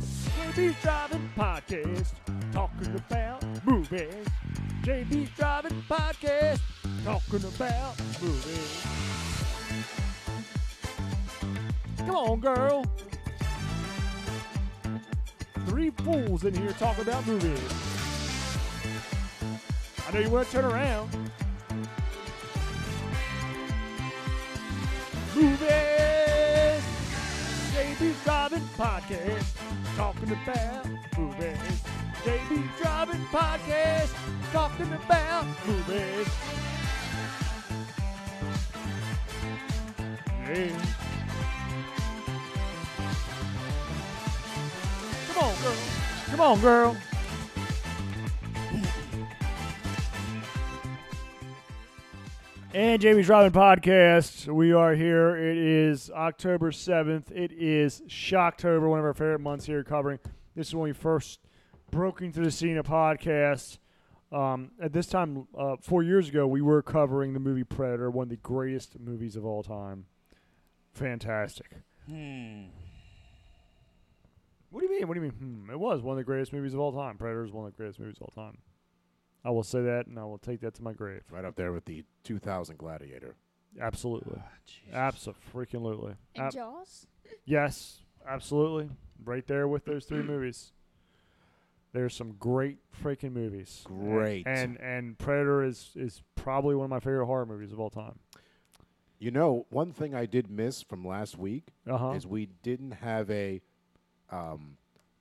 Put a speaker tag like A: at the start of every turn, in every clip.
A: JB's Driving Podcast, talking about movies. JB's Driving Podcast, talking about movies. Come on, girl. Three fools in here talking about movies. I know you want to turn around. Movies. JB Driving Podcast. Talking about movies. JB Driving Podcast. Talking about movies. Yeah. Come on, girl. Come on, girl. And Jamie's Robin Podcast. We are here. It is October 7th. It is Shocktober, one of our favorite months here covering. This is when we first broke into the scene of podcasts. Um, at this time, uh, four years ago, we were covering the movie Predator, one of the greatest movies of all time. Fantastic.
B: Hmm.
A: What do you mean? What do you mean? Hmm. It was one of the greatest movies of all time. Predator is one of the greatest movies of all time. I will say that, and I will take that to my grave.
C: Right up there with the 2000 Gladiator.
A: Absolutely,
B: Ah, Jesus.
A: absolutely,
D: And Jaws?
A: yes, absolutely, right there with those three movies. There's some great freaking movies.
C: Great.
A: And and Predator is is probably one of my favorite horror movies of all time.
C: You know, one thing I did miss from last week
A: Uh huh.
C: is we didn't have a um,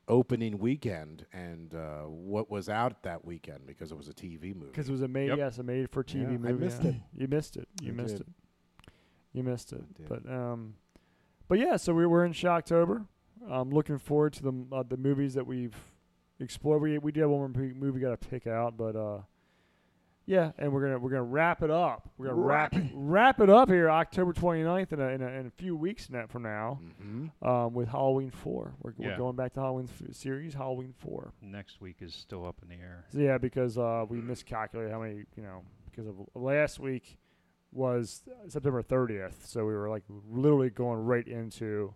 C: opening weekend and uh, what was out that weekend because it was a TV movie.
A: Because it was a made,
C: Yep.
A: yes, a made for TV
C: Yeah, I
A: movie.
C: missed
A: yeah.
C: it.
A: You missed it. You
C: I
A: missed
C: did.
A: it. You missed it.
C: did.
A: But um, but yeah. So we were in Shocktober. I'm looking forward to the m- uh, the movies that we've explored. We we do have one more p- movie got to pick out, but uh, yeah. And we're gonna we're gonna wrap it up. We're gonna wrap wrap it up here, October 29th, in a in a, in a few weeks na- from now.
C: Mhm.
A: Um, with Halloween four, we're, we're
B: Yeah.
A: going back to Halloween f- series, Halloween four.
B: Next week is still up in the air.
A: So, Yeah, because uh, we miscalculated how many, you know, because of last week was September 30th, so we were like literally going right into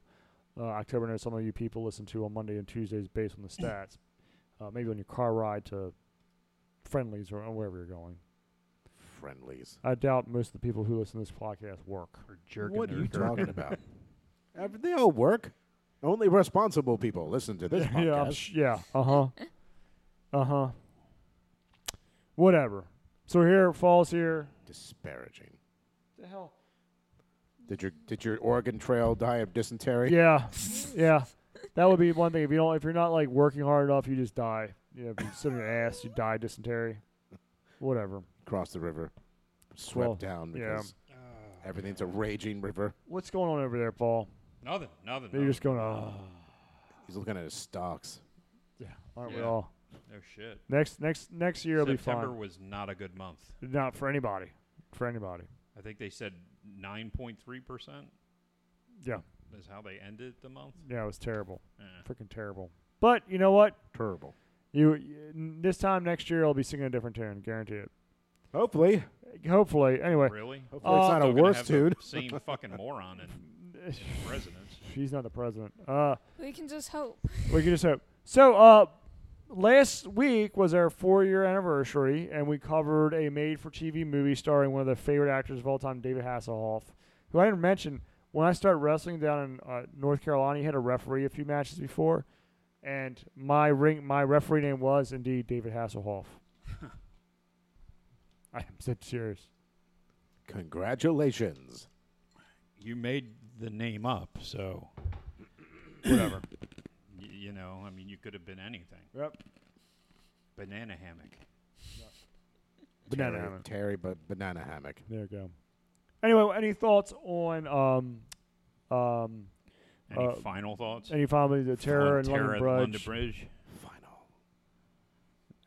A: uh, October. I know some of you people listen to on Monday and Tuesdays based on the stats, uh, maybe on your car ride to friendlies or wherever you're going.
C: Friendlies.
A: I doubt most of the people who listen to this podcast work.
B: Or jerking
C: what are
B: or
C: you
B: jerking.
C: talking about? Ev- They all work. Only responsible people listen to this
A: yeah, I'm
C: podcast.
A: sh- yeah. Uh huh. uh huh. Whatever. So here, falls here.
C: Disparaging.
A: The hell.
C: Did your did your Oregon Trail die of dysentery?
A: Yeah, yeah, that would be one thing. If you don't, if you're not like working hard enough, you just die. You know, if you sit on your ass, you die dysentery, whatever.
C: Across the river, swept
A: Well,
C: down
A: yeah.
C: because everything's a raging river.
A: What's going on over there, Paul?
B: Nothing. Nothing.
A: You're just going, oh,
C: He's looking at his stocks.
A: yeah, aren't we
B: Yeah.
A: all?
B: No shit.
A: Next, next, next year will be
B: September
A: fine.
B: was not a good month.
A: Not for anybody, for anybody.
B: I think they said 9.3%
A: Yeah,
B: is how they ended the month.
A: yeah, it was terrible,
B: Eh.
A: freaking terrible. But you know what?
C: Terrible.
A: You y- n- this time next year, I'll be singing a different tune, guarantee it.
C: Hopefully,
A: Hopefully, anyway.
B: Really?
C: hopefully
A: Uh,
C: it's not a
B: Still gonna
C: worse
B: have
C: tune.
B: The same fucking moron in, in residence.
A: She's not the president. Uh,
D: We can just hope.
A: We can just hope. So, uh, last week was our four-year anniversary, and we covered a made-for-TV movie starring one of the favorite actors of all time, David Hasselhoff, who I didn't mention. When I started wrestling down in uh, North Carolina, he had a referee a few matches before, and my ring, my referee name was indeed David Hasselhoff. I am so serious.
C: Congratulations.
B: You made the name up, so whatever. Y- you know, I mean, you could have been anything.
A: Yep.
B: Banana hammock.
A: Banana
C: Terry,
A: hammock.
C: Terry, but banana hammock.
A: There you go. Anyway, any thoughts on um, um,
B: Any
A: Uh,
B: final thoughts?
A: any family the terror
B: on
A: and
B: terror
A: London
B: at the London
A: Bridge?
B: Bridge?
C: Final.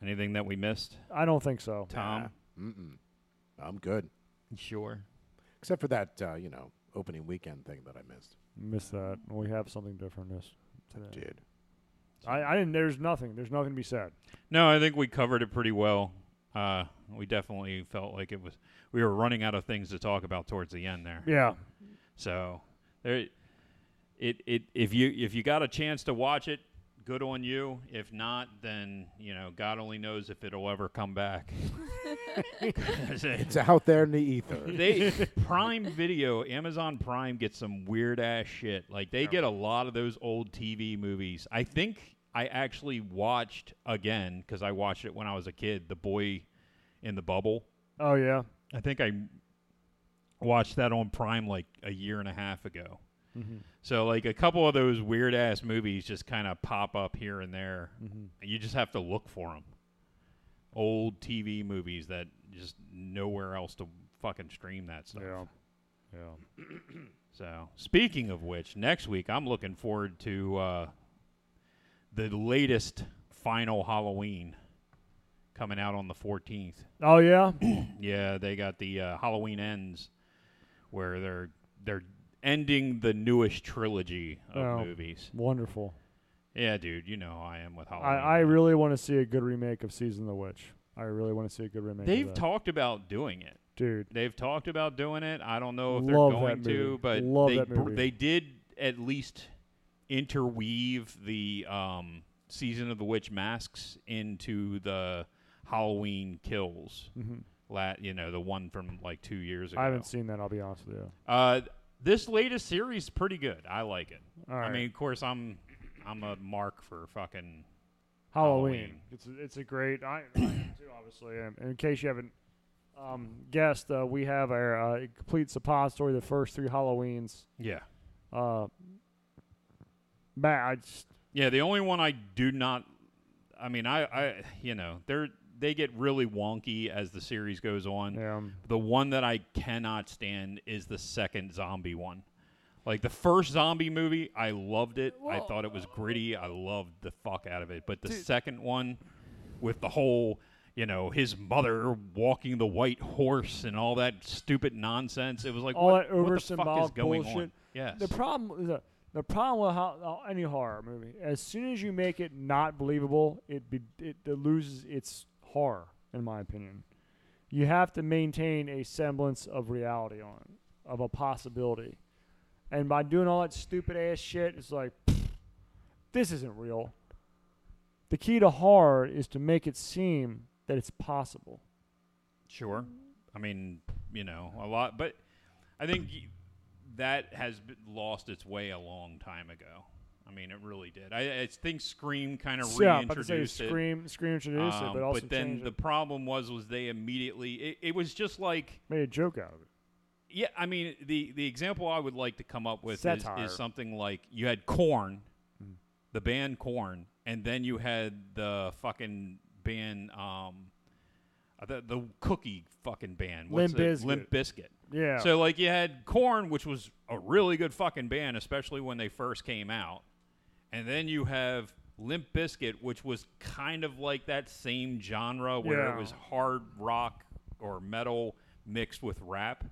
B: Anything that we missed?
A: I don't think so.
B: Tom?
C: Mm-mm. I'm good,
B: Sure.
C: except for that uh, you know opening weekend thing that I missed.
A: Miss that. We have something different this today.
C: Dude,
A: I, I didn't. There's nothing. There's nothing to be said.
B: No, I think we covered it pretty well. Uh, we definitely felt like it was we were running out of things to talk about towards the end there.
A: Yeah.
B: So there, it it if you if you got a chance to watch it, good on you. If not, then you know God only knows if it'll ever come back. 'Cause it-
C: It's out there in the ether.
B: they Prime Video, Amazon Prime gets some weird ass shit. Like they get a lot of those old TV movies. I think I actually watched again because I watched it when I was a kid. The Boy in the Bubble.
A: Oh yeah.
B: I think I watched that on Prime like a year and a half ago.
A: Mm-hmm,
B: So like a couple of those weird ass movies just kind of pop up here and there.
A: mm-hmm.
B: You just have to look for them. Old TV movies that just nowhere else to fucking stream that stuff.
A: Yeah. Yeah.
B: So speaking of which, next week I'm looking forward to uh, the latest final Halloween coming out on the 14th.
A: Oh yeah.
B: Yeah, they got the uh, Halloween ends, where they're they're ending the newest trilogy of
A: Oh.
B: movies.
A: Wonderful.
B: Yeah, dude, you know how I am with
A: I,
B: Halloween.
A: I really want to see a good remake of Season of the Witch. I really want to see a good remake.
B: they've
A: of that.
B: talked about doing it.
A: dude.
B: They've talked about doing it. I don't know if
A: Love that
B: they're going
A: movie.
B: to, but
A: Love
B: they
A: that
B: br-
A: movie.
B: they did at least interweave the um, season of the witch masks into the Halloween kills.
A: Mhm.
B: La- you know the one from like two years ago.
A: I haven't seen that. I'll be honest with you.
B: Uh, this latest series is pretty good. I like it.
A: All right.
B: I mean, of course, I'm I'm a mark for fucking.
A: Halloween.
B: Halloween.
A: It's a, it's a great. I, I am too, obviously. And in case you haven't um, guessed, uh, we have our uh, complete suppository. The first three Halloweens.
B: Yeah.
A: Uh, Matt, I just,
B: Yeah. The only one I do not. I mean, I I you know they're they get really wonky as the series goes on.
A: yeah, um,
B: The one that I cannot stand is the second zombie one. Like the first zombie movie, I loved it. I
D: Well-
B: thought it was gritty. I loved the fuck out of it. But the
A: Dude.
B: second one with the whole, you know, his mother walking the white horse and all that stupid nonsense, it was like
A: all
B: what,
A: that over
B: what the fuck is
A: symbolic
B: going
A: bullshit.
B: on? Yes.
A: The problem, the, the problem with how, uh, any horror movie, as soon as you make it not believable, it be, it, it loses its horror, in my opinion. You have to maintain a semblance of reality on it, of a possibility, and by doing all that stupid ass shit, it's like this isn't real. The key to horror is to make it seem that it's possible.
B: Sure. I mean, you know, a lot, but I think y- that has b- lost its way a long time ago. I mean, it really did. I, I think Scream kind of
A: yeah, I'm about to say
B: reintroduced it.
A: scream, scream, introduce it,
B: um,
A: but also
B: then
A: change
B: the
A: it.
B: problem was was they immediately it, it was just like
A: made a joke out of it.
B: yeah I mean the the example I would like to come up with is,
A: Satire.
B: is something like you had Corn, the band Corn, and then you had the fucking band um uh, the the cookie fucking band What's
A: Limp
B: it?
A: Bizkit.
B: Limp Biscuit.
A: Yeah.
B: So like you had Corn, which was a really good fucking band, especially when they first came out, and then you have Limp Bizkit, which was kind of like that same genre where
A: Yeah.
B: it was hard rock or metal mixed with rap.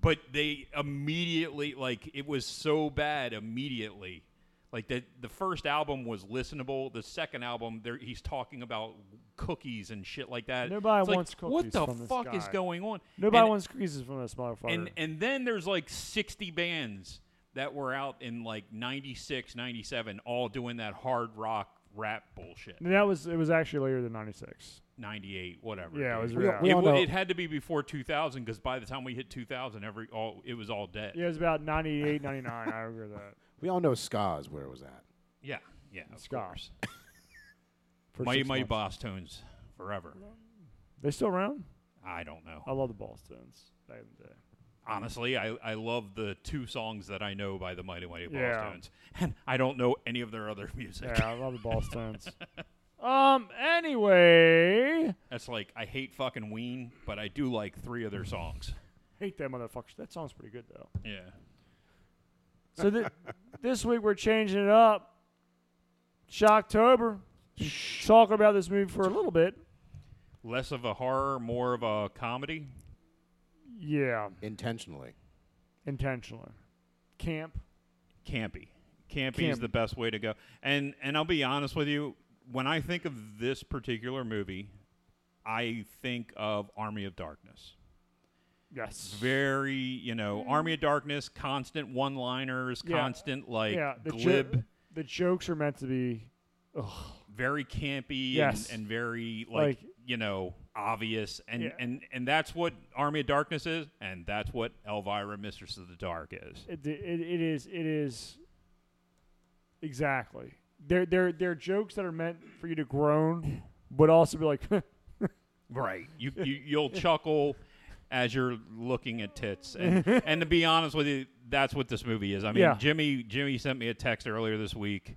B: But they immediately like it was so bad immediately. Like the the first album was listenable. The second album, there he's talking about cookies and shit like that.
A: Nobody
B: It's like,
A: wants cookies
B: What the
A: from this
B: fuck is
A: guy.
B: going on?
A: Nobody
B: And-
A: wants cookies from this motherfucker.
B: and and then there's like 60 bands that were out in like 96 97 all doing that hard rock rap bullshit
A: And that was it was actually later than '96.
B: 98 whatever
A: Yeah, it was
B: dude.
C: We-
A: around.
C: we
B: it,
C: all
B: wa-
C: know-
B: it had to be before 2000 because by the time we hit 2000 every all it was all dead
A: Yeah, it was about '98, '99. I remember that.
C: We all know Ska's where it was at.
B: yeah yeah of
A: Ska.
B: course
A: For
B: mighty
A: six
B: mighty
A: months.
B: boss tones forever
A: They still around?
B: i don't know
A: I love the Boston's back in the day.
B: honestly i i love the two songs that i know by the mighty mighty boss
A: Yeah.
B: tones and i don't know any of their other music
A: Yeah, I love the Boston's. um. Anyway,
B: that's like i hate fucking ween but i do like three of their songs
A: hate that motherfucker. That song's pretty good though.
B: yeah
A: So th- this week we're changing it up. Shocktober. Talk about this movie for a little bit.
B: less of a horror, more of a comedy.
A: Yeah,
C: Intentionally.
A: intentionally. Camp.
B: Campy. Campy is
A: Campy.
B: the best way to go. And and I'll be honest with you, when I think of this particular movie, I think of Army of Darkness.
A: Yes.
B: Very, you know, Army of Darkness, constant one-liners,
A: Mm. Yeah.
B: constant like
A: yeah. The jo-
B: glib.
A: the jokes are meant to be
B: very campy
A: Yes.
B: and, and very like,
A: Like-
B: you know obvious and,
A: Yeah.
B: and and that's what Army of Darkness is and that's what Elvira Mistress of the Dark is.
A: It, it, it is it is exactly. They're they're they're jokes that are meant for you to groan, but also be like,
B: Right. You, you you'll chuckle as you're looking at tits. And and to be honest with you, that's what this movie is. I mean,
A: Yeah.
B: Jimmy Jimmy sent me a text earlier this week.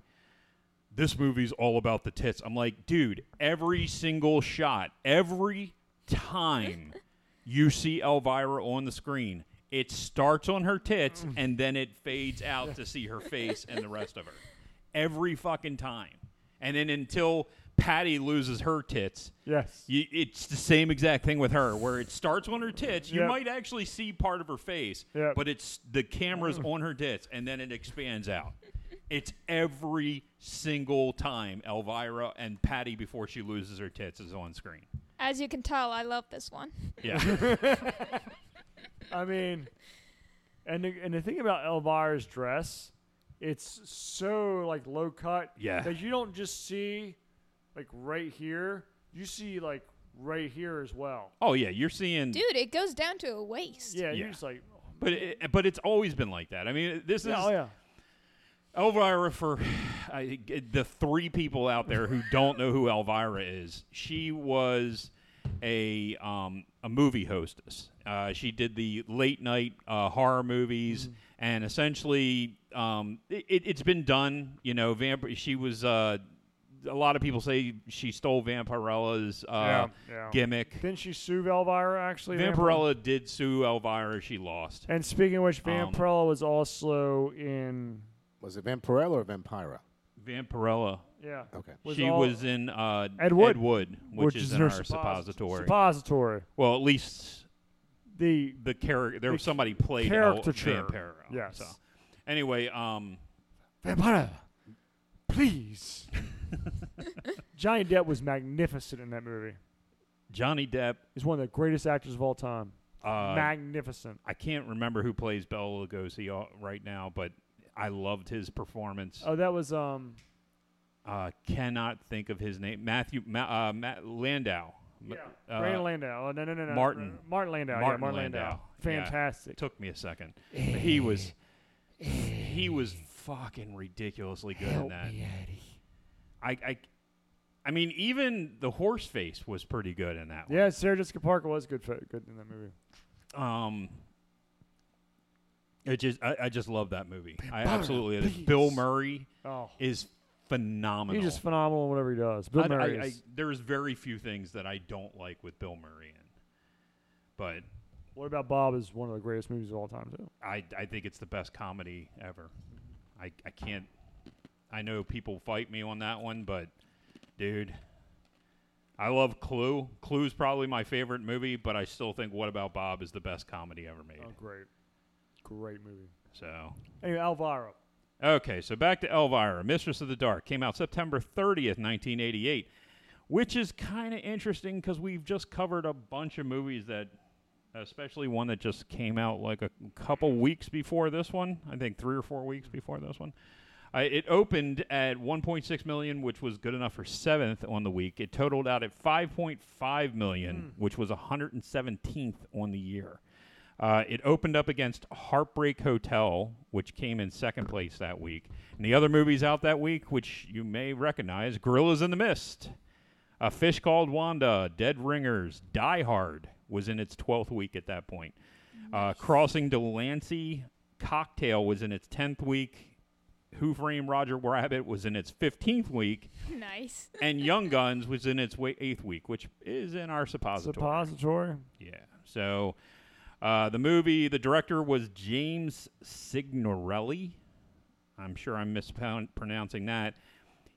B: This movie's all about the tits. I'm like, dude, every single shot, every time you see Elvira on the screen, it starts on her tits and then it fades out to see her face and the rest of her. Every fucking time. And then until Patty loses her tits,
A: yes,
B: you, it's the same exact thing with her, where it starts on her tits. You
A: Yep.
B: might actually see part of her face,
A: Yep.
B: but it's the camera's on her tits, and then it expands out. It's every single time Elvira and Patty before she loses her tits is on screen.
D: As you can tell, I love this one.
B: Yeah,
A: I mean, and the, and the thing about Elvira's dress, it's so like low cut
B: Yeah.
A: that you don't just see like right here. You see like right here as well.
B: oh yeah, you're seeing,
D: Dude, it goes down to a waist.
A: Yeah,
B: Yeah.
A: you're just like, oh,
B: but it, but it's always been like that. I mean, this
A: yeah,
B: is
A: oh yeah.
B: Elvira for I, the three people out there who don't know who Elvira is, she was a um, a movie hostess. Uh, she did the late night uh, horror movies,
A: Mm-hmm.
B: and essentially, um, it, it- it's been done. You know, vamp- She was. Uh, a lot of people say she stole Vampirella's uh,
A: Yeah, yeah.
B: gimmick.
A: Didn't she sue Elvira actually?
B: Vampirella did sue Elvira. She lost.
A: And speaking of which,
B: Um,
A: Vampirella was also in.
C: Was it Vampirella or Vampira?
B: Vampirella.
A: Yeah.
C: Okay.
B: she
A: all-
B: was in uh,
A: Ed Wood.
B: which, is, in
A: her
B: our
A: suppository.
B: suppository.
A: Suppository.
B: Well, at least
A: The
B: the character there
A: The
B: was somebody played
A: caricature.
B: El- Vampiro.
A: Yes.
B: So. Anyway, um,
A: Vampire, please. Johnny Depp was magnificent in that movie.
B: Johnny Depp.
A: He's one of the greatest actors of all time.
B: Uh,
A: magnificent.
B: I can't remember who plays Bela Lugosi uh, right now, but I loved his performance.
A: Oh, that was um.
B: Uh, cannot think of his name. Matthew Ma- uh, Matt Landau. M-
A: Yeah.
B: uh,
A: Brandon Landau. Oh, no, no, no, no.
B: Martin.
A: Uh, Martin Landau. yeah,
B: Martin
A: Martin Landau.
B: Landau. Yeah.
A: Fantastic.
B: took me a second. But he was he was fucking ridiculously good in that. I, I I mean, even the horse face was pretty good in that. one.
A: Yeah, Sarah Jessica Parker was good for, good in that movie.
B: Um, it just I, I just love that movie. I absolutely Bill Murray
A: Oh,
B: is phenomenal.
A: he's just phenomenal in whatever he does. Bill
B: I- I-
A: Murray
B: I-
A: is-
B: there's very few things that I don't like with Bill Murray in, but
A: What about Bob is one of the greatest movies of all time too.
B: I I think it's the best comedy ever. I I can't. I know people fight me on that one, but dude, I love Clue. Clue's probably my favorite movie, but I still think What About Bob is the best comedy ever made.
A: Oh, great, great movie.
B: So
A: Anyway, Alvaro.
B: Okay, so back to Elvira, Mistress of the Dark, came out September 30th, 1988, which is kind of interesting because we've just covered a bunch of movies that, especially one that just came out like a couple weeks before this one, I think three or four weeks before this one. Uh, it opened at 1.6 million, which was good enough for seventh on the week. It totaled out at 5.5 million, which was 117th on the year. Uh, it opened up against Heartbreak Hotel, which came in second place that week. And the other movies out that week, which you may recognize Gorillas in the Mist, A Fish Called Wanda, Dead Ringers, Die Hard was in its 12th week at that point. Uh, Crossing Delancey, Cocktail was in its 10th week. Who Framed Roger Rabbit was in its 15th week.
D: Nice.
B: And Young Guns was in its wa- 8th week, which is in our suppository.
A: Suppository.
B: Yeah. So uh, the movie, the director was James Signorelli. I'm sure I'm mispronouncing that.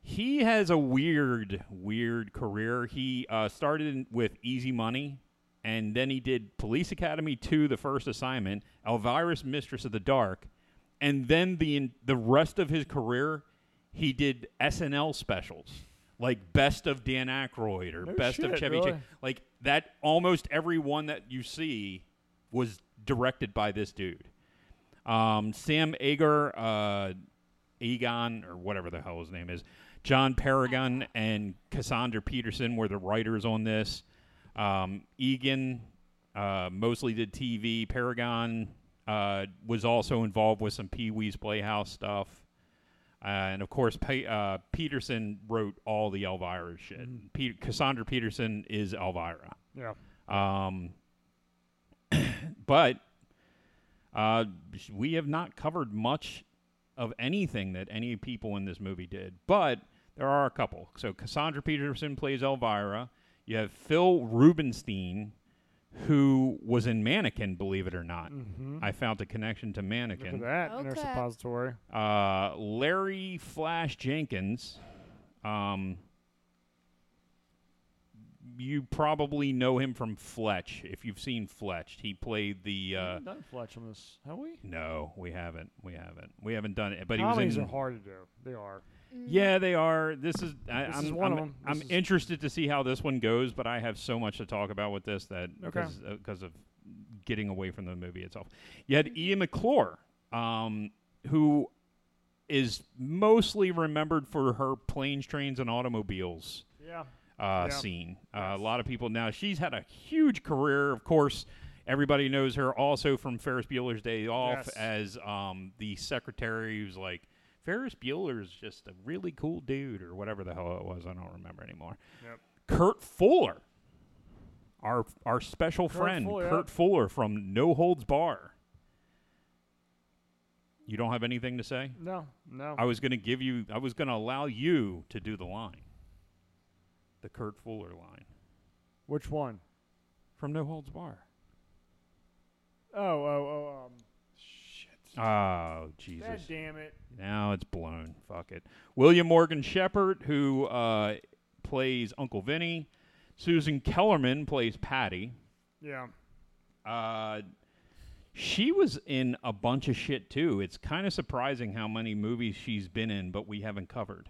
B: He has a weird, weird career. He uh, started in- with Easy Money, and then he did Police Academy 2, the first assignment, Elvira's Mistress of the Dark, and then the in, the rest of his career, he did SNL specials, like Best of Dan Aykroyd or
A: No
B: Best of
A: shit,
B: Chevy
A: really?
B: Chase. Like that, almost every one that you see was directed by this dude. Um, Sam Ager, uh, Egon, or whatever the hell his name is, John Paragon and Cassandra Peterson were the writers on this. Um, Egan uh, mostly did TV. Paragon uh, was also involved with some Pee Wee's Playhouse stuff. Uh, and of course, Pe- uh, Peterson wrote all the Elvira shit. Pe- Cassandra Peterson is Elvira.
A: Yeah.
B: Um, but uh, we have not covered much of anything that any people in this movie did, but there are a couple. So Cassandra Peterson plays Elvira. You have Phil Rubenstein, who was in Mannequin, believe it or not.
A: Mm-hmm.
B: I found a connection to
A: Look at
B: Mannequin.
A: that in our
D: Okay.
A: suppository.
B: Uh, Larry Flash Jenkins. Um, you probably know him from Fletch. If you've seen Fletch, he played the. Uh,
A: done Fletch on this, have we?
B: no, we haven't. We haven't. We haven't done it. But he was
A: Comedies
B: in.
A: are hard to do. They are.
B: Yeah, they are. This is. I,
A: Mm. This
B: I'm,
A: is one
B: I'm,
A: of 'em.
B: I'm
A: This is-
B: interested to see how this one goes, but I have so much to talk about with this that
A: Okay.
B: because of getting away from the movie itself. You had Ian McClure, um, who is mostly remembered for her planes, trains, and automobiles
A: Yeah.
B: uh,
A: Yeah.
B: scene. Uh,
A: Yes.
B: A lot of people now. She's had a huge career, of course. Everybody knows her also from Ferris Bueller's Day Off
A: Yes.
B: as um, the secretary who's like Ferris Bueller's just a really cool dude or whatever the hell it was. I don't remember anymore.
A: Yep.
B: Kurt Fuller, our our special
A: Kurt
B: friend
A: Fuller, yeah.
B: Kurt Fuller from No Holds Bar. You don't have anything to say?
A: No. No.
B: I was going to give you. I was going to allow you to do the line, the Kurt Fuller line
A: Which one?
B: from No Holds Bar.
A: Oh, oh, oh. Um, shit.
B: Oh
A: God
B: Jesus!
A: damn it.
B: Now it's blown. Fuck it. William Morgan Shepherd, who uh, plays Uncle Vinny. Susan Kellerman plays Patty.
A: Yeah.
B: Uh, she was in a bunch of shit too. It's kind of surprising how many movies she's been in, but we haven't covered.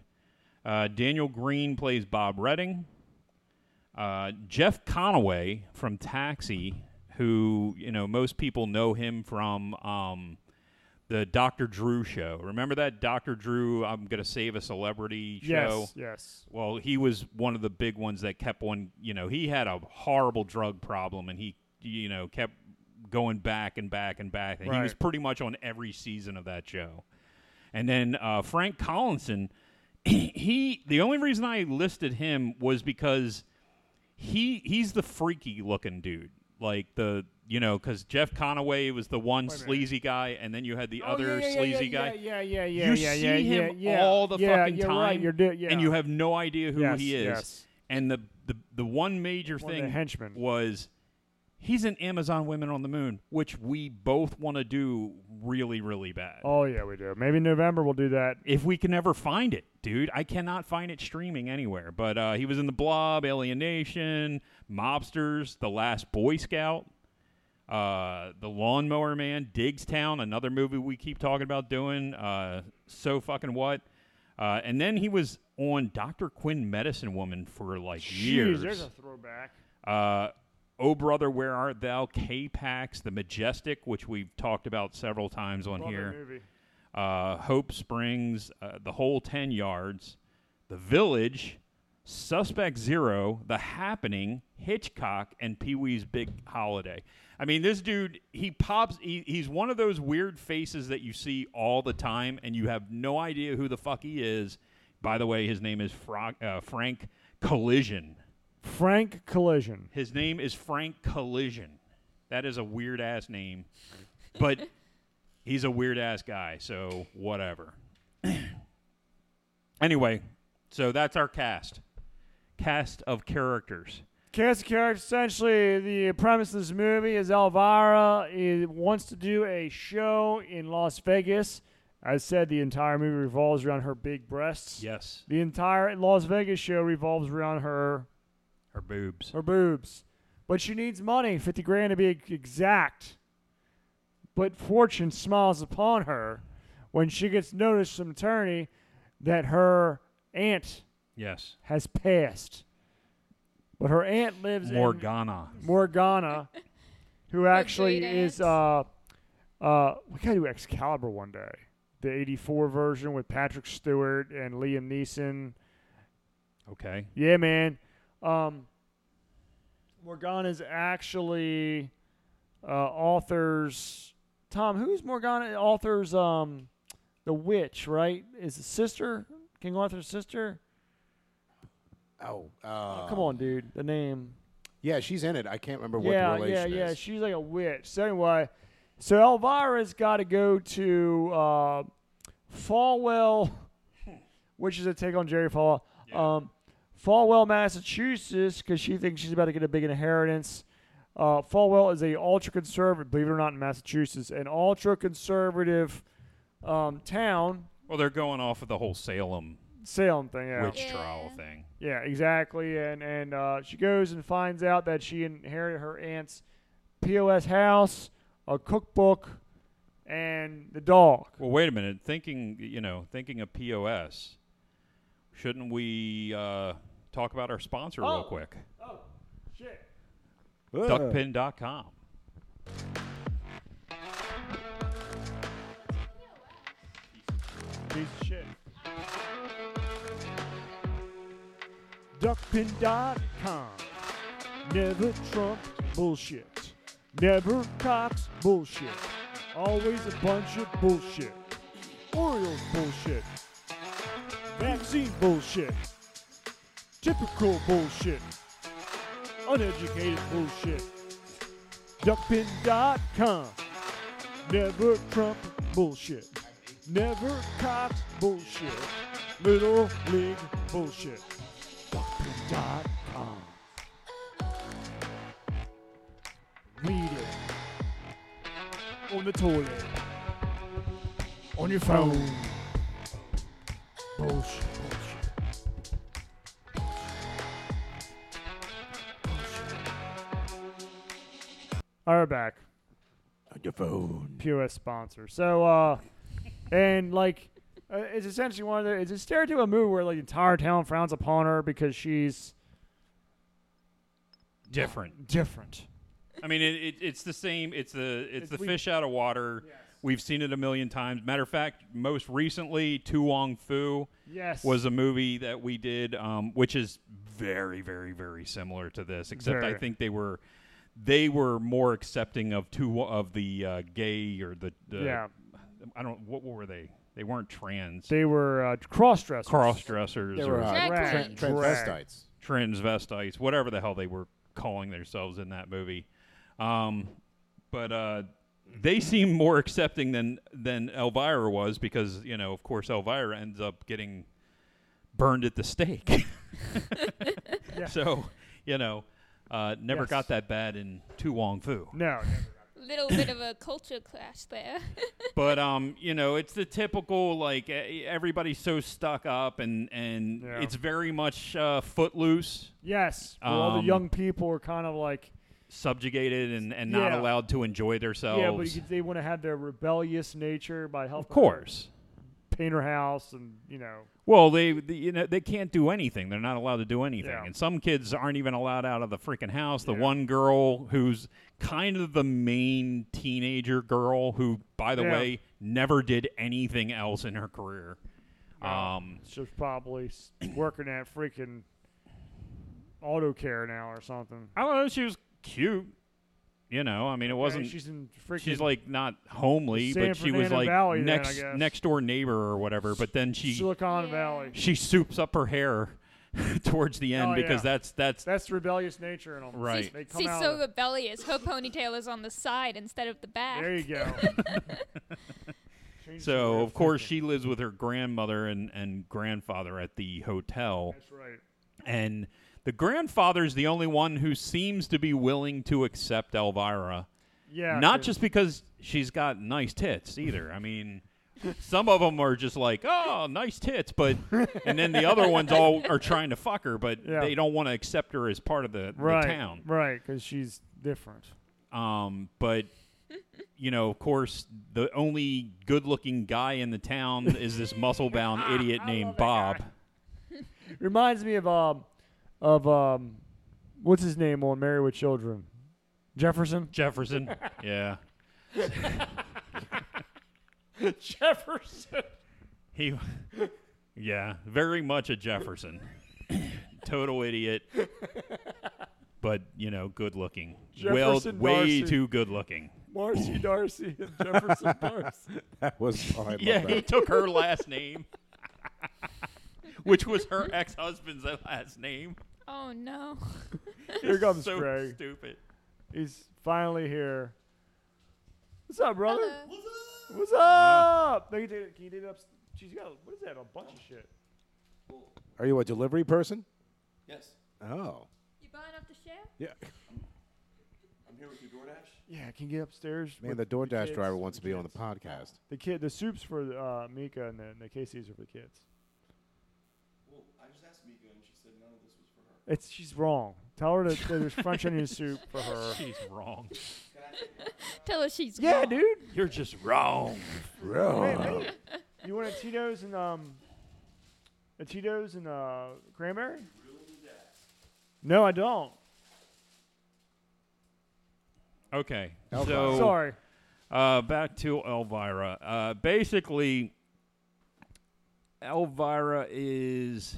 B: Uh, Daniel Green plays Bob Redding. Uh, Jeff Conaway from Taxi, who you know most people know him from um, the Dr. Drew show. Remember that Dr. Drew? I'm gonna save a celebrity show.
A: Yes. Yes.
B: Well, he was one of the big ones that kept on. You know, he had a horrible drug problem, and he, you know, kept going back and back and back. And He was
A: Right.
B: pretty much on every season of that show. And then uh, Frank Collinson, he. The only reason I listed him was because he he's the freaky looking dude, like the. You know, because Jeff Conaway was the one
A: minute.
B: sleazy guy, and then you had the
A: Oh,
B: other
A: yeah, yeah,
B: sleazy
A: yeah,
B: guy
A: Yeah, yeah, yeah, yeah.
B: You
A: yeah,
B: see
A: yeah,
B: him
A: yeah, yeah.
B: all the
A: yeah,
B: fucking
A: you're Right,
B: time,
A: you're do- yeah.
B: and you have no idea who
A: yes,
B: he is.
A: Yes.
B: And the the, the one major
A: One of the
B: thing
A: henchmen.
B: was he's an Amazon Women on the Moon, which we both want to do really really bad.
A: Oh yeah, we do. Maybe November we'll do that.
B: If we can ever find it, dude, I cannot find it streaming anywhere. But uh, he was in The Blob, Alienation, Mobsters, The Last Boy Scout, uh, The Lawnmower Man, Digstown, another movie we keep talking about doing. Uh, so fucking what? Uh, and then he was on Dr. Quinn Medicine Woman for like years.
A: Jeez, there's a throwback.
B: Uh, oh Brother, Where Art Thou? K Pax, The Majestic, which we've talked about several times on
A: Love that
B: here.
A: movie.
B: Uh, Hope Springs, uh, The Whole 10 Yards, The Village, Suspect Zero, The Happening, Hitchcock, and Pee Wee's Big Holiday. I mean, this dude, he pops, he, he's one of those weird faces that you see all the time, and you have no idea who the fuck he is. By the way, his name is Fro- uh, Frank Collision.
A: Frank Collision.
B: His name is Frank Collision. That is a weird ass name, but he's a weird ass guy, so whatever. anyway, so that's our cast. Cast of characters.
A: Cast of characters. Essentially, the premise of this movie is Elvira is, wants to do a show in Las Vegas. As said, the entire movie revolves around her big breasts.
B: Yes.
A: The entire Las Vegas show revolves around her
B: Her boobs.
A: her boobs, but she needs money, fifty grand to be exact. But fortune smiles upon her when she gets notice from attorney that her aunt
B: Yes.
A: has passed. But her aunt lives in
B: Morgana.
A: Morgana, who actually
D: great
A: is uh, uh, we gotta do Excalibur one day, the '84 version with Patrick Stewart and Liam Neeson
B: Okay.
A: Yeah, man. Um, Morgana's actually uh, authors. Tom, who's Morgana? Authors um, the witch, right? Is the sister King Arthur's sister?
C: Oh, uh,
A: Oh, come on, dude. The name.
C: Yeah, she's in it. I can't remember what
A: yeah,
C: the relation
A: yeah, yeah.
C: is.
A: She's like a witch. So anyway, so Elvira's got to go to uh, Falwell, which is a take on Jerry Falwell.
B: Yeah.
A: Um, Falwell, Massachusetts, because she thinks she's about to get a big inheritance. Uh, Falwell is a ultra conservative, believe it or not, in Massachusetts, an ultra conservative um, town.
B: Well, they're going off of the whole Salem
A: Salem thing, yeah.
B: witch
D: Yeah.
B: trial thing.
A: Yeah, exactly. And and uh, she goes and finds out that she inherited her aunt's POS house, a cookbook, and the dog.
B: Well, wait a minute. Thinking, you know, thinking of POS, shouldn't we uh, talk about our sponsor
A: Oh.
B: real quick?
A: Oh, shit.
B: Duckpin.com.
A: Piece of shit. Duckpin.com. Never Trump bullshit. Never Cox bullshit. Always a bunch of bullshit. Orioles bullshit. Vaccine bullshit. Typical bullshit. Uneducated bullshit. Duckpin.com. Never Trump bullshit. Never Cox bullshit. Little League bullshit. Duckpin.com. Read it. On the toilet. On your phone. Bullshit. bullshit. All right, back.
C: On your phone.
A: POS sponsor. So, uh, and like, uh, it's essentially one of the, it's a stereotypical movie where like the entire town frowns upon her because she's
B: Different.
A: different.
B: I mean, it, it, it's the same. It's the it's,
A: It's
B: the
A: we-
B: fish out of water. We've seen it a million times. Matter of fact, most recently, Tu Wong Fu
A: Yes.
B: was a movie that we did, um, which is very, very, very similar to this. Except I
A: Very.
B: think they were they were more accepting of two of the uh, gay or the, the
A: yeah.
B: I don't what were they? They weren't trans.
A: They were uh, cross dressers.
B: cross dressers
C: They
B: or
C: were uh,
D: Drag
C: tra-
D: queens.
C: transvestites.
B: transvestites, whatever the hell they were calling themselves in that movie. Um, but uh, they seem more accepting than than Elvira was because you know, of course, Elvira ends up getting burned at the stake.
A: Yeah.
B: So you know, uh, never
A: Yes.
B: got that bad in Tu Wong Fu.
A: No.
D: Little bit of a culture clash there.
B: but um, you know, it's the typical like e- everybody's so stuck up and and
A: Yeah.
B: it's very much uh, footloose.
A: Yes. Where all the
B: Um,
A: young people are kind of like,
B: subjugated and, and not
A: Yeah.
B: allowed to enjoy themselves.
A: yeah, but you, they want to have their rebellious nature by helping.
B: of course.
A: Paint her house and, you know.
B: Well, they, they- you know they can't do anything. They're not allowed to do anything.
A: Yeah.
B: And some kids aren't even allowed out of the freaking house. The
A: Yeah.
B: one girl who's kind of the main teenager girl who by the
A: Yeah.
B: way never did anything else in her career. Um
A: She's probably s- working at freaking auto care now or something.
B: I don't know, she was cute. You know, I mean it wasn't
A: Okay, she's in freaking.
B: she's like not homely,
A: San
B: but she was
A: Fernando
B: like
A: Valley then, I
B: next
A: guess.
B: next door neighbor or whatever, but then she
A: Silicon
D: Yeah.
A: Valley.
B: she soups up her hair towards the end
A: Oh,
B: because
A: yeah.
B: that's that's
A: That's rebellious nature in them.
B: Right. She's-
A: They come
D: She's
A: out
D: so
A: of-
D: rebellious. Her ponytail is on the side instead of the back.
A: There you go. Change the way
B: so of course
A: thinking.
B: she lives with her grandmother and and grandfather at the hotel
A: That's right.
B: and the grandfather's the only one who seems to be willing to accept Elvira
A: Yeah.
B: not
A: 'cause-
B: just because she's got nice tits either I mean some of them are just like oh nice tits but and then the other ones all are trying to fuck her but
A: Yeah.
B: they don't want to accept her as part of the,
A: right,
B: the town
A: Right, because she's different.
B: Um, but you know, of course, the only good-looking guy in the town is this muscle-bound idiot
A: I
B: named
A: love that
B: Bob.
A: guy. Reminds me of um, of um, what's his name on Married with Children, Jefferson.
B: Jefferson. yeah,
A: Jefferson.
B: he. Yeah, very much a Jefferson. total idiot, but you know, good looking.
A: Jefferson
B: well, way
A: Darcy.
B: too good looking.
A: Marcy Darcy and Jefferson Darcy.
C: That was oh, I love
B: Yeah, he
C: that.
B: took her last name, which was her ex-husband's last name.
D: Oh no.
A: Here comes
B: so
A: Greg.
B: stupid.
A: He's finally here. What's up, brother?
D: Hello.
A: What's up? No, you did it. Can you did it up? Jeez, you got what is that? A bunch of shit.
C: Are you a delivery person?
E: Yes,
C: Oh,
D: You buying up the share?
C: yeah.
E: I'm here with you, DoorDash.
A: Yeah, can you get upstairs?
C: Man,
A: with
C: the DoorDash
A: kids?
C: driver wants to be on the podcast.
A: The kid, the soup's for uh, Mika, and the, and the KC's are for the kids.
E: Well, I just asked Mika, and she said none of this was for her.
A: It's she's wrong. Tell her that there's French onion soup for her.
B: She's wrong.
D: Tell her she's
A: Yeah,
D: gone.
A: dude.
B: You're just wrong.
C: Uh-huh.
A: Hey, hey. You want a Tito's and um, a Tito's and uh, cranberry? No, I don't.
B: Okay,
C: Elvira.
B: so
A: Sorry.
B: Uh, back to Elvira. Uh, basically, Elvira is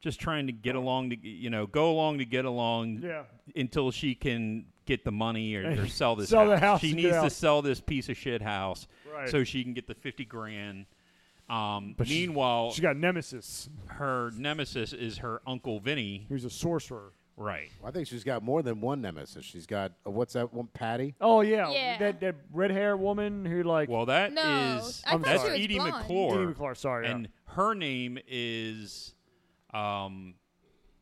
B: just trying to get along to you know go along to get along
A: Yeah.
B: until she can get the money or, or sell this
A: Sell
B: house.
A: the house
B: She
A: and get
B: needs to
A: out.
B: sell this piece of shit house
A: Right.
B: so she can get the fifty grand. Um,
A: But she-
B: meanwhile,
A: She got Nemesis,
B: her nemesis is her uncle Vinny.
A: who's a sorcerer.
B: Right.
C: I think she's got more than one nemesis. She's got uh, what's that one? Patty.
A: Oh yeah,
D: Yeah.
A: that that red hair woman who like
B: Well, that is
D: No, I
A: I'm sorry.
B: that's
D: she was
B: Edie
D: blonde.
A: Dee
B: McClure,
A: McClure. Sorry,
B: and her name is. Um,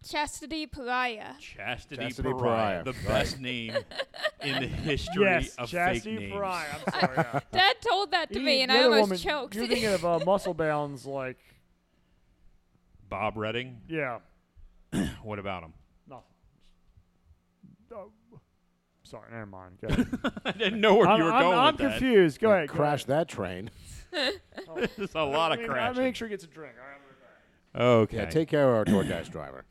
D: Chastity Pariah.
B: Chastity,
C: Chastity
B: Pariah,
C: Pariah,
B: the
C: right.
B: best name in
A: yeah.
B: the history
A: yes,
B: of fake
A: Chastity
B: names.
A: Pry. I'm sorry. Yeah.
D: Dad told that to
A: Edie,
D: me, and
A: the
D: I
A: other
D: almost
A: woman,
D: choked.
A: You're thinking of uh, Muscle Bound's like
B: Bob Redding.
A: yeah,
B: What about him?
A: nothing. Oh, sorry, never mind. Go ahead.
B: I didn't know where
A: I'm,
B: you were
A: I'm-
B: going
A: I'm
B: with
A: confused. Go ahead. go
C: Crash
A: ahead.
C: that train.
B: that. There's a lot
A: I
B: of
A: mean, I
B: crashing.
A: make sure he gets a drink. All right, I'm right back.
B: okay.
C: Yeah, take care of our DoorDash driver.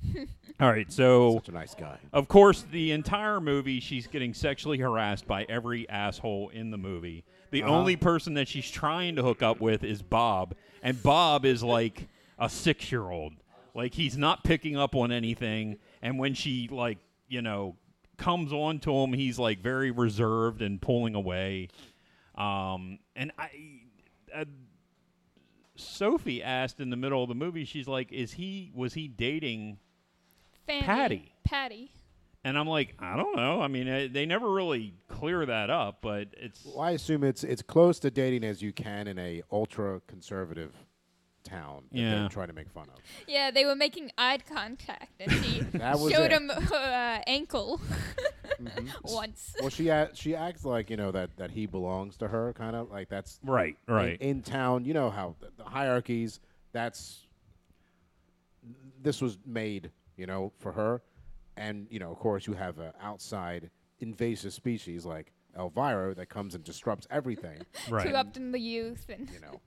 B: All right. So,
C: Such a nice guy.
B: of course, the entire movie, she's getting sexually harassed by every asshole in the movie. The only person that she's trying to hook up with is Bob, and Bob is like a six-year-old. Like he's not picking up on anything, and when she like you know comes on to him, he's like very reserved and pulling away. Um, and I, uh, Sophie asked in the middle of the movie, she's like, "Is he was he dating?"
D: Fanny.
B: Patty.
D: Patty.
B: And I'm like, I don't know. I mean, uh, they never really clear that up, but it's
C: Well, I assume it's it's close to dating as you can in a ultra conservative town. That
B: Yeah.
C: they're trying to make fun of.
D: Yeah, they were making eye contact, and she
C: That was
D: showed
C: it.
D: him her uh, ankle
A: Mm-hmm.
D: once.
C: Well, she act, she acts like you know that that he belongs to her, kind of like that's
B: right, right.
C: in, in town. You know how th- the hierarchies. That's this was made, you know, for her, and you know, of course, you have an outside invasive species like Elvira that comes and disrupts everything.
B: right.
D: Corrupting the youth, and
C: you know,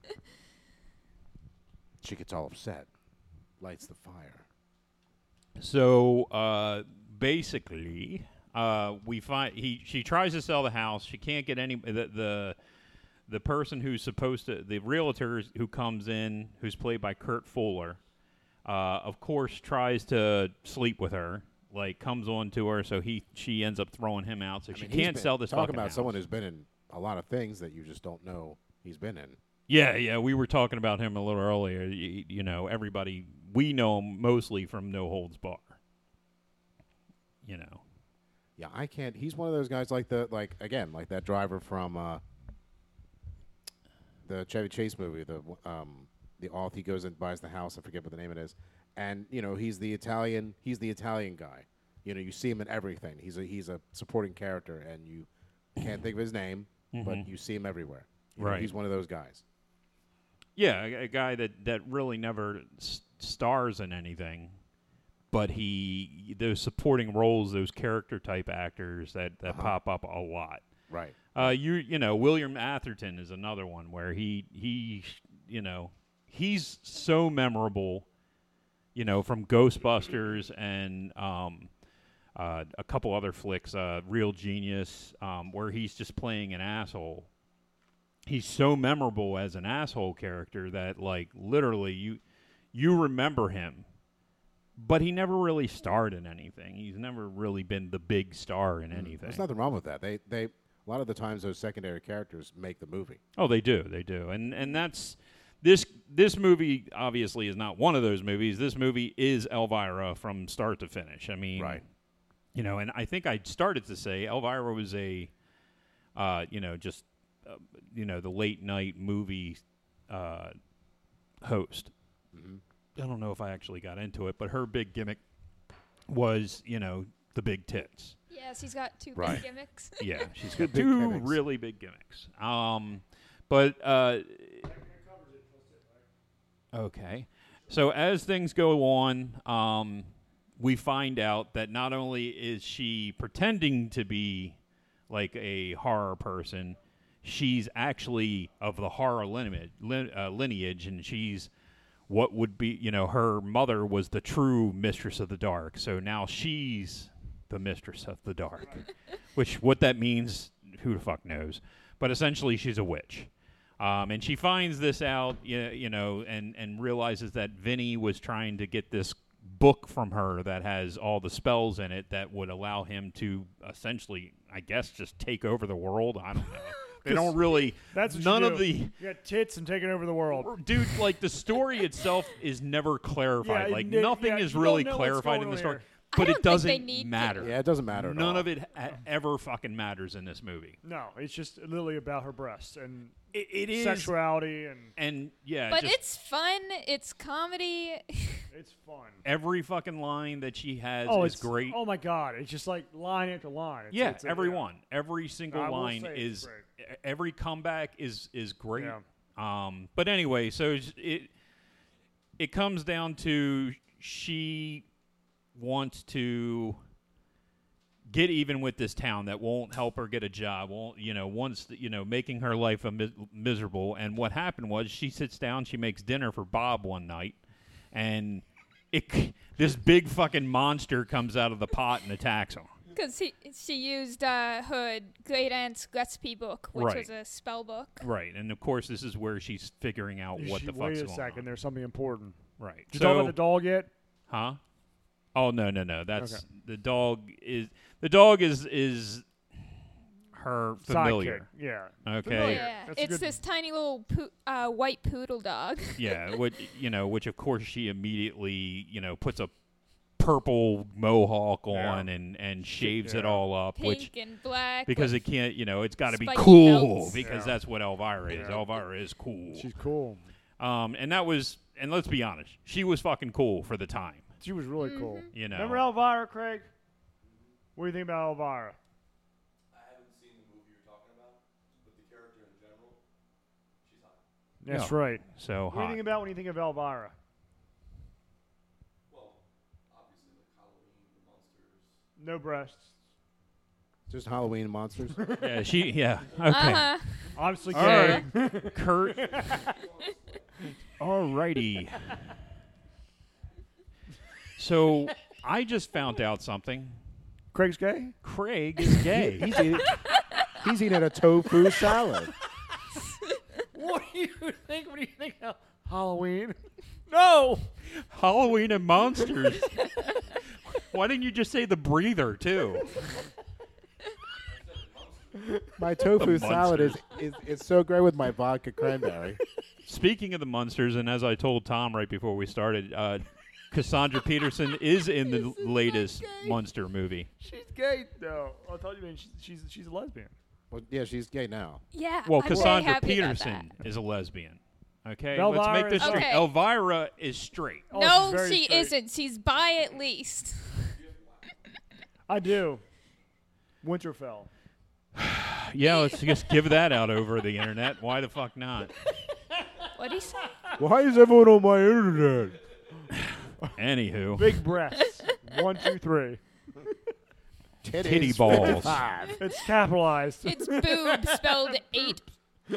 C: she gets all upset, lights the fire.
B: So uh, basically, uh, we find he she tries to sell the house. She can't get any the the, the person who's supposed to the realtor who comes in, who's played by Kurt Fuller, uh, of course tries to sleep with her. Like comes on to her, so he she ends up throwing him out. So
C: I
B: she
C: mean, he's
B: can't
C: been-
B: sell this.
C: Talking
B: fucking
C: about
B: house.
C: someone who's been in a lot of things that you just don't know he's been in.
B: Yeah, yeah, we were talking about him a little earlier. You, you know, everybody we know him mostly from No Holds Bar. You know,
C: Yeah, I can't. He's one of those guys like the like again like that driver from uh, the Chevy Chase movie. The w- um, the auth he goes and buys the house. I forget what the name it is. And you know he's the Italian. He's the Italian guy. You know you see him in everything. He's a he's a supporting character, and you can't think of his name, but you see him everywhere. You know,
B: Mm-hmm. Right.
C: he's one of those guys.
B: yeah, a, a guy that that really never s- stars in anything, but he those supporting roles, those character type actors that that pop up a lot.
C: Right.
B: Uh, you you know William Atherton is another one where he he you know he's so memorable, you know from Ghostbusters and um, uh, a couple other flicks, uh, Real Genius, um, where he's just playing an asshole. He's so memorable as an asshole character that like literally you you remember him but he never really starred in anything. He's never really been the big star in anything.
C: There's nothing wrong with that. They they a lot of the times those secondary characters make the movie.
B: Oh, they do, they do, and and that's this this movie obviously is not one of those movies. This movie is Elvira from start to finish. I mean,
C: Right.
B: You know, and I think I started to say Elvira was a, uh, you know, just uh, you know the late night movie uh, host. I don't know if I actually got into it, but her big gimmick was you know the big tits
D: Yes, he's got two
C: Right.
D: big gimmicks.
B: yeah, she's got
C: big
B: two
C: gimmicks.
B: really big gimmicks. Um, but uh, okay. So as things go on, um, we find out that not only is she pretending to be like a horror person, she's actually of the horror lineage, lin- uh, lineage, and she's what would be you know her mother was the true mistress of the dark, so now she's the mistress of the dark, which what that means, who the fuck knows? But essentially, she's a witch. Um, and she finds this out, you you know, and, and realizes that Vinny was trying to get this book from her that has all the spells in it that would allow him to essentially, I guess, just take over the world. I don't know. They don't really.
A: That's what
B: none
A: you
B: of
A: do.
B: the
A: You got tits and taking over the world.
B: dude. Like the story itself is never clarified.
A: Yeah,
B: like
A: n-
B: nothing
A: yeah,
B: is
A: you
B: really
A: don't know what's
B: clarified in
A: going on
B: the story,
A: here.
D: I
B: but
D: don't
B: it
D: think they
B: doesn't
D: need to.
B: matter.
C: Yeah, it doesn't matter. at
B: None
C: all.
B: of it ha- ever fucking matters in this movie.
A: No, it's just literally about her breasts and
B: It, it is,
A: sexuality, and
B: and yeah,
D: but
B: just
D: it's fun. It's comedy.
A: it's fun.
B: every fucking line that she has
A: oh,
B: is
A: it's
B: great.
A: Oh my god, it's just like line after line. It's,
B: yeah,
A: it's uh, a-
B: every one, every single
A: I will
B: line
A: say it's
B: is e- every comeback is is great.
A: Yeah.
B: Um, but anyway, so sh- it it comes down to she wants to get even with this town that won't help her get a job won't you know once you know making her life a mis- miserable and what happened was she sits down she makes dinner for bob one night and it c- this big fucking monster comes out of the pot and attacks him
D: Because he, she used uh, her great aunt's recipe book, which
B: Right.
D: was a spell book.
B: Right, and of course this is where she's figuring out
A: You
B: what
A: should-
B: the fuck's
A: Wait a
B: going
A: second,
B: on.
A: there's something important.
B: Right.
A: Did you
B: so,
A: talk about the dog yet?
B: huh? Oh no, no, no. That's the dog is the dog is is her familiar.
A: Sidekick. Yeah.
B: Okay.
A: Familiar.
D: Yeah,
A: That's a
D: it's
A: good-
D: this tiny little poo- uh, white poodle dog.
B: yeah, which you know, which of course she immediately you know puts a purple mohawk
A: Yeah.
B: on and and shaves it
A: yeah.
B: all up,
D: Pink
B: which.
D: and black.
B: Because
D: with-
B: it can't, you know, it's got to be
D: spiky
B: cool
D: belts.
B: because
A: Yeah.
B: that's what Elvira is.
A: Yeah.
B: Elvira is cool.
A: She's cool.
B: Um, and that was, and let's be honest, she was fucking cool for the time.
A: She was really cool.
D: Mm-hmm.
B: You know,
A: Remember Elvira, Craig? What do you think about Elvira?
E: I haven't seen the movie you're talking about, but the character in general, she's hot.
A: That's
B: Yeah.
A: right.
B: so
A: What do you
B: hot.
A: think about when you think of Elvira?
E: Well, obviously, like Halloween, the monsters.
A: No breasts.
C: Just Halloween monsters.
B: yeah, she. Yeah. Okay.
D: Uh-huh.
A: Obviously
B: All
A: gay.
B: right, Kurt. Alrighty. So I just found out something.
A: Craig's gay?
B: Craig is gay.
C: he's eating. He's eating a tofu salad.
A: What do you think when you think of Halloween? No!
B: Halloween and monsters. Why didn't you just say the breather too?
C: My tofu salad is,
B: monsters.
C: is is so great with my vodka cranberry.
B: Speaking of the monsters, and as I told Tom right before we started, uh, Cassandra Peterson is in the latest monster movie.
A: She's gay. No. I thought you meant she's, she's, she's a lesbian.
C: Well, yeah, she's gay now.
D: yeah.
B: Well,
D: I'm very
B: Cassandra
D: happy about
B: Peterson is a lesbian. Okay, let's
A: Elvira
B: make this
A: is
B: straight.
D: Okay.
B: Elvira is straight.
D: that.
A: Oh, she's
D: no,
A: very
D: she
A: straight.
D: isn't. She's bi at least.
A: I do. Winterfell.
B: Yeah, let's just give that out over the internet. Why the fuck not?
D: What do you say?
C: Why is everyone on my internet?
B: Anywho,
A: Big breasts. One, two, three.
B: titty balls.
A: It's capitalized.
D: It's boob spelled eight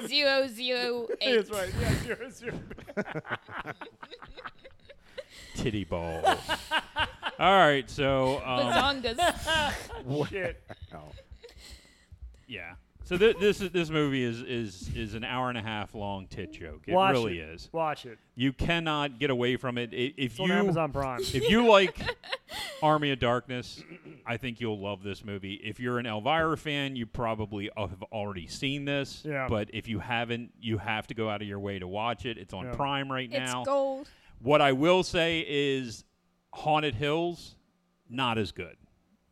D: zero zero eight.
A: It's right. Yeah, zero, zero.
B: titty balls. All right, so um,
D: Bazongas.
A: Shit.
B: yeah. So thi- this is, this movie is, is is an hour and a half long tit joke. It
A: Watch
B: really
A: it.
B: is.
A: Watch it.
B: You cannot get away from it. I- If
A: It's on
B: you
A: Amazon Prime.
B: if you like Army of Darkness, I think you'll love this movie. If you're an Elvira fan, you probably al- have already seen this.
A: Yeah.
B: But if you haven't, you have to go out of your way to watch it. It's on
A: Yeah.
B: Prime right
D: It's
B: now.
D: gold.
B: What I will say is Haunted Hills, not as good.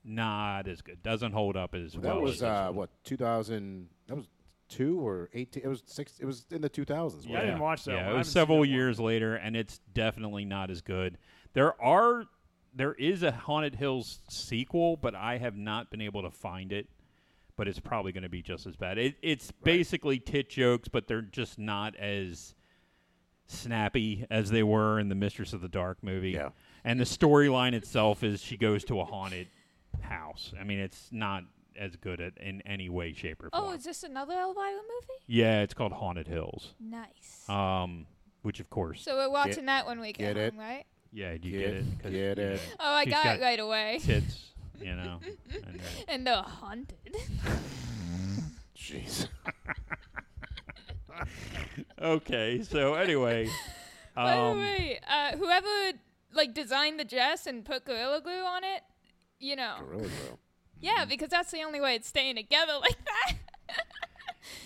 B: Not as good. Doesn't hold up as
C: That
B: well. as
C: was
B: this
C: uh,
B: one.
C: what 2000. That was two or 18. It was six. It was in the 2000s.
A: I
C: wasn't
A: didn't
C: it?
A: watch that
B: Yeah,
A: one. I
B: it
A: haven't
B: was
A: seen
B: several
A: that one.
B: years later, and it's definitely not as good. There are there is a Haunted Hills sequel, but I have not been able to find it. But it's probably going to be just as bad. It, it's basically tit jokes, but they're just not as snappy as they were in the Mistress of the Dark movie.
C: Yeah.
B: And the storyline itself is she goes to a haunted house. I mean, it's not as good at, in any way, shape, or form.
D: Oh, is this another Elvira movie?
B: yeah, it's called Haunted Hills.
D: Nice.
B: Um, which of course
D: so we're watching that when we get,
C: get it?
D: home, right?
B: Yeah, do you
C: Get-
B: get it? 'Cause,
C: get
B: you know,
C: it.
D: Oh, I
B: She's
D: got,
B: got-
D: it right away.
B: Tits, you know. and, uh,
D: and they're haunted.
C: Jeez.
B: okay, so anyway,
D: By
B: um,
D: the way, uh, whoever like designed the dress and put gorilla glue on it, you know,
C: Gorilla Glue.
D: yeah, because that's the only way it's staying together like that.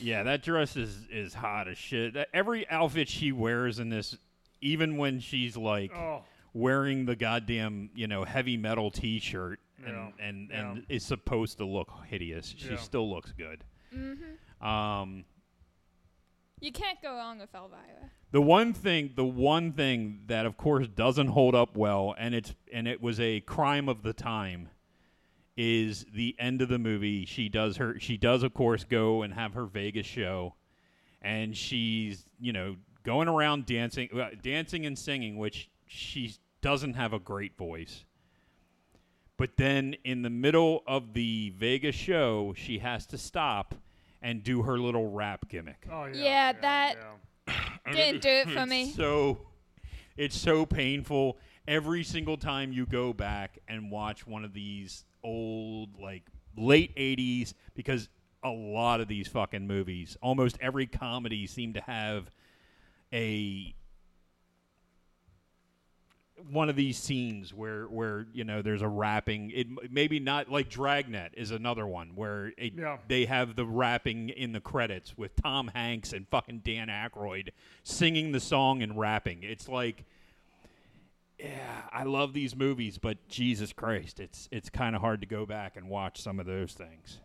B: yeah, that dress is is hot as shit. That- Every outfit she wears in this, even when she's like
A: Oh,
B: wearing the goddamn you know heavy metal T-shirt
A: Yeah,
B: and and
A: yeah.
B: and is supposed to look hideous, she
A: Yeah.
B: still looks good. Mm-hmm. Um.
D: You can't go wrong with Elvira.
B: The one thing, the one thing that of course doesn't hold up well, and it's and it was a crime of the time, is the end of the movie. She does her, she does of course go and have her Vegas show, and she's you know going around dancing, uh, dancing and singing, which she doesn't have a great voice. But then in the middle of the Vegas show, she has to stop and do her little rap gimmick.
A: oh yeah.
D: Yeah, that-
A: yeah.
D: Didn't do it for me.
B: So it's so painful every single time you go back and watch one of these old like late 80s because a lot of these fucking movies, almost every comedy seemed to have a one of these scenes where where you know there's a rapping it m- maybe not like Dragnet is another one where it,
A: Yeah.
B: they have the rapping in the credits with Tom Hanks and fucking Dan Aykroyd singing the song and rapping it's like yeah I love these movies but Jesus Christ it's it's kind of hard to go back and watch some of those things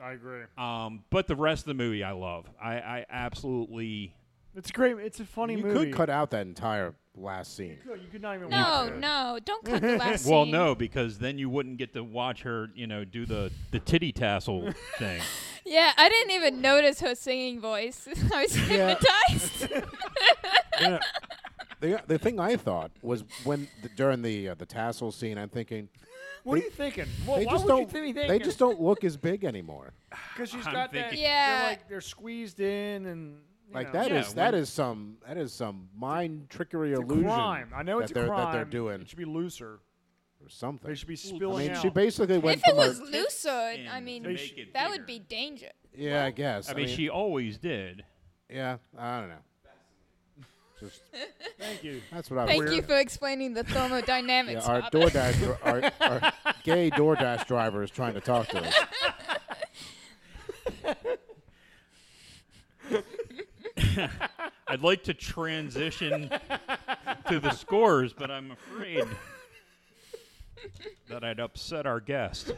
A: I agree.
B: um but the rest of the movie I love I I absolutely
A: It's a great. It's a funny
C: You
A: movie.
C: could cut out that entire last scene.
A: You could- You could not even. watch
D: No,
A: it.
D: no, don't cut the last
B: Well,
D: scene.
B: no, because then you wouldn't get to watch her, you know, do the the titty tassel thing.
D: Yeah, I didn't even notice her singing voice. I was
C: Yeah.
D: hypnotized.
C: The, the thing I thought was when the, during the uh, the tassel scene, I'm thinking
A: What
C: They-
A: are you thinking? Well,
C: they
A: why
C: just
A: would
C: don't
A: you think
C: they just don't look as big anymore.
A: because she's
B: I'm
A: got that.
B: thinking-
D: Yeah.
A: They're like they're squeezed in and you
C: Like
A: know.
C: that is
B: Yeah,
C: that
B: when-
C: is some that is some mind trickery
A: It's a
C: illusion.
A: crime. I know it's
C: that
A: a
C: they're,
A: crime.
C: that they're doing
A: It should be looser.
C: or something.
A: They should be
B: I
A: spilling
C: I mean,
A: out.
C: she basically went
D: if it
C: from her-
D: was looser, I mean,
A: make
B: it
D: that would be danger.
C: yeah, I guess.
B: I mean, she always did.
C: yeah, I don't know. Just
A: Thank you.
C: that's what I was.
D: Thank you for explaining the
C: Yeah,
D: thermodynamics.
C: our
D: Robert.
C: DoorDash, dri- our, our gay DoorDash driver is trying to talk to us.
B: I'd like to transition to the scores, but I'm afraid that I'd upset our guest.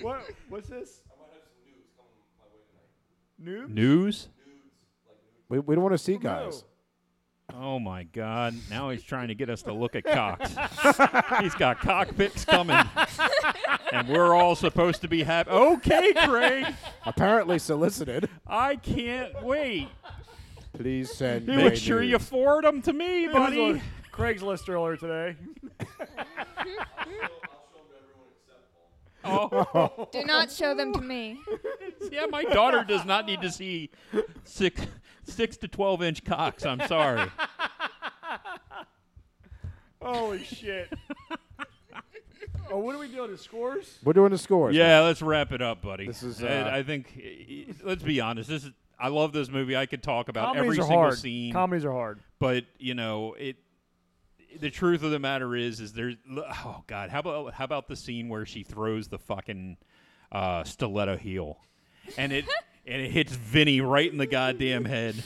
A: What? What's this? Noob?
B: News?
C: We, we don't want to see
A: No.
C: guys.
B: Oh my God! Now he's trying to get us to look at cocks. he's got cockpits coming, and we're all supposed to be happy. Okay, Craig.
C: Apparently solicited.
B: I can't wait.
C: Please send.
B: You
C: gay
B: Make sure you
C: nudes.
B: forward them to me,
A: It was
B: buddy.
A: on Craigslist earlier today.
E: I'll show them to everyone except Paul.
B: Oh,
D: Do not show them to me.
B: yeah, my daughter does not need to see six six to twelve inch cocks. I'm sorry.
A: Holy shit! Oh, what are we doing? The scores?
C: We're doing the scores.
B: Yeah, let's wrap it up, buddy.
C: This is,
B: I-
C: uh,
B: I, think. Let's be honest. This is. I love this movie. I could talk about
A: Comedies
B: every
A: are
B: single
A: hard.
B: scene,
A: Comedies are hard.
B: but you know it. The truth of the matter is, is there? Oh God, how about how about the scene where she throws the fucking uh, stiletto heel, and it and it hits Vinny right in the goddamn head,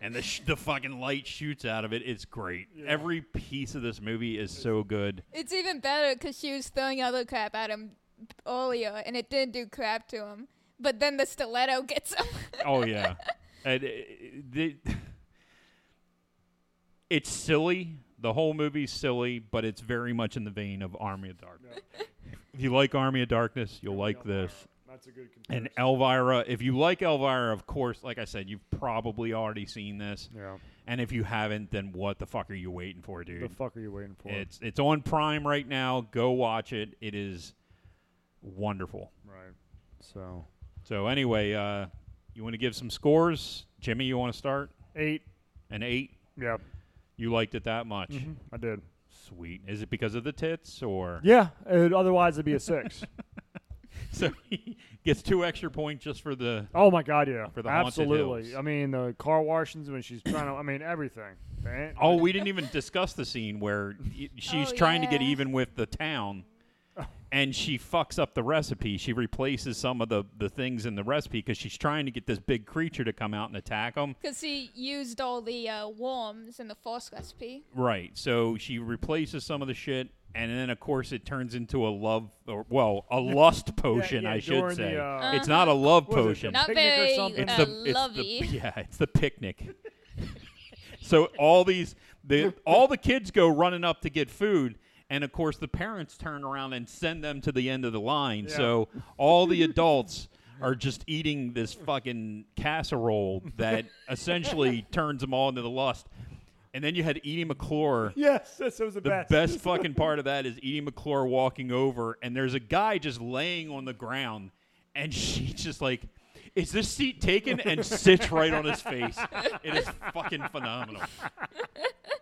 B: and the sh- the fucking light shoots out of it. It's great. Every piece of this movie is so good.
D: It's even better because she was throwing other crap at him earlier, and it didn't do crap to him. But then the stiletto gets him.
B: Oh yeah, and uh, the, it's silly. The whole movie's silly, but it's very much in the vein of Army of Darkness. if you like Army of Darkness, you'll like this.
A: That's a good comparison.
B: And Elvira, if you like Elvira, of course, like I said, you've probably already seen this.
A: yeah.
B: And if you haven't, then what the fuck are you waiting for, dude?
A: The fuck are you waiting for?
B: it's it's on Prime right now. Go watch it. It is wonderful.
A: right. So
B: So anyway, uh, you want to give some scores, Jimmy? You want to start?
A: eight.
B: An eight.
A: Yeah,
B: You liked it that much.
A: I did.
B: Sweet. Is it because of the tits or
A: Mm-hmm. Yeah. It, otherwise, it'd be a six.
B: so he gets two extra points just for the
A: oh my god, yeah.
B: For the haunted
A: Absolutely.
B: hills.
A: I mean, the car washings when she's trying to. I mean, everything. Man,
B: Oh, we didn't even discuss the scene where y- she's
D: Oh,
B: trying to get
D: yeah.
B: even with the town
A: Oh.
B: and she fucks up the recipe. She replaces some of the, the things in the recipe because she's trying to get this big creature to come out and attack them.
D: Because he used all the uh, worms in the first recipe.
B: Right. So she replaces some of the shit and then of course it turns into a love or well, a lust potion
A: yeah,
B: I should
A: during
B: say.
A: The, uh,
B: it's not a love
A: what is it, the
B: potion.
D: Not
A: Picnic or
D: very
A: something.
B: it's
D: uh,
B: the, it's the
D: lovey.
B: yeah, it's the picnic. so all these the all the kids go running up to get food, and of course the parents turn around and send them to the end of the line.
A: Yeah.
B: So all the adults are just eating this fucking casserole that essentially turns them all into the lust. And then you had Edie McClure.
A: yes, this was the,
B: The
A: best.
B: best, fucking part of that is Edie McClure walking over, and there's a guy just laying on the ground, and she just like, "Is this seat taken?" and sits right on his face. It is fucking phenomenal.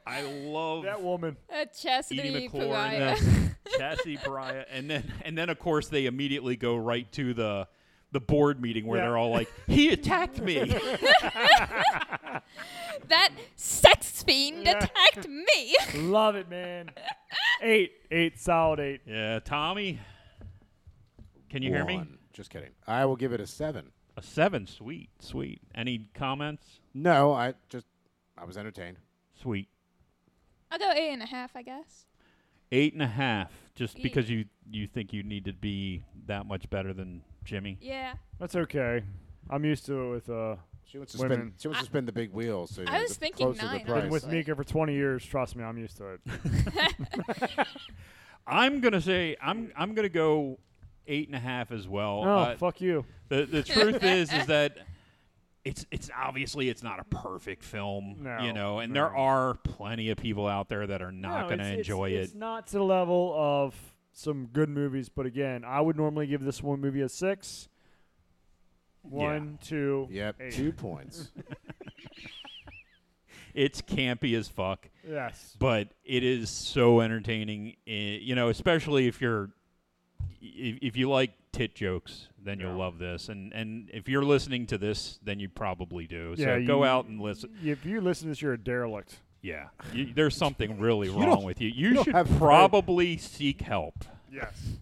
B: I love
A: That woman.
D: A
B: Edie
D: chastity
B: McClure
D: pariah.
B: and uh, Chastity Pariah, and then and then of course they immediately go right to the the board meeting where
A: Yeah.
B: they're all like, "He attacked me."
D: that sex fiend attacked me.
A: Love it, man. eight, eight, solid eight.
B: yeah, Tommy. Can you hear me?
C: One. Just kidding. I will give it a seven.
B: A seven, sweet, sweet. Any comments?
C: No, I just I was entertained.
B: Sweet.
D: I'll go eight and a half, I guess.
B: Eight and a half, just
D: Yeah.
B: because you you think you need to be that much better than Jimmy.
D: Yeah.
A: That's okay. I'm used to it with uh
C: She wants to spin.
A: Women.
C: She wants to spin the big wheel. So
D: I was
C: the
D: thinking
C: closer
D: nine.
C: The
A: been
C: price.
A: with
D: Right.
A: Mika for 20 years. Trust me, I'm used to it.
B: I'm gonna say I'm I'm gonna go eight and a half as well.
A: Oh,
B: Uh,
A: fuck you.
B: the the truth is is that it's it's obviously it's not a perfect film,
A: No,
B: you know, and
A: no.
B: there are plenty of people out there that are not
A: No,
B: gonna
A: it's- it's-
B: enjoy
A: it's,
B: it.
A: not to the level of some good movies, but again, I would normally give this one movie a six. One, two,
C: Yep,
A: eight.
C: two points.
B: It's campy as fuck.
A: Yes.
B: but it is so entertaining. i- You know, especially if you're if, if you like tit jokes, then you'll
A: Yeah.
B: love this. And and if you're listening to this, then you probably do. So
A: Yeah,
B: go
A: you-
B: out and listen.
A: If you listen to this, you're a derelict.
B: Yeah, you, there's something really
C: You
B: wrong
C: don't-
B: with you.
C: you
B: You
C: don't
B: should
C: have
B: probably seek help.
A: Yes.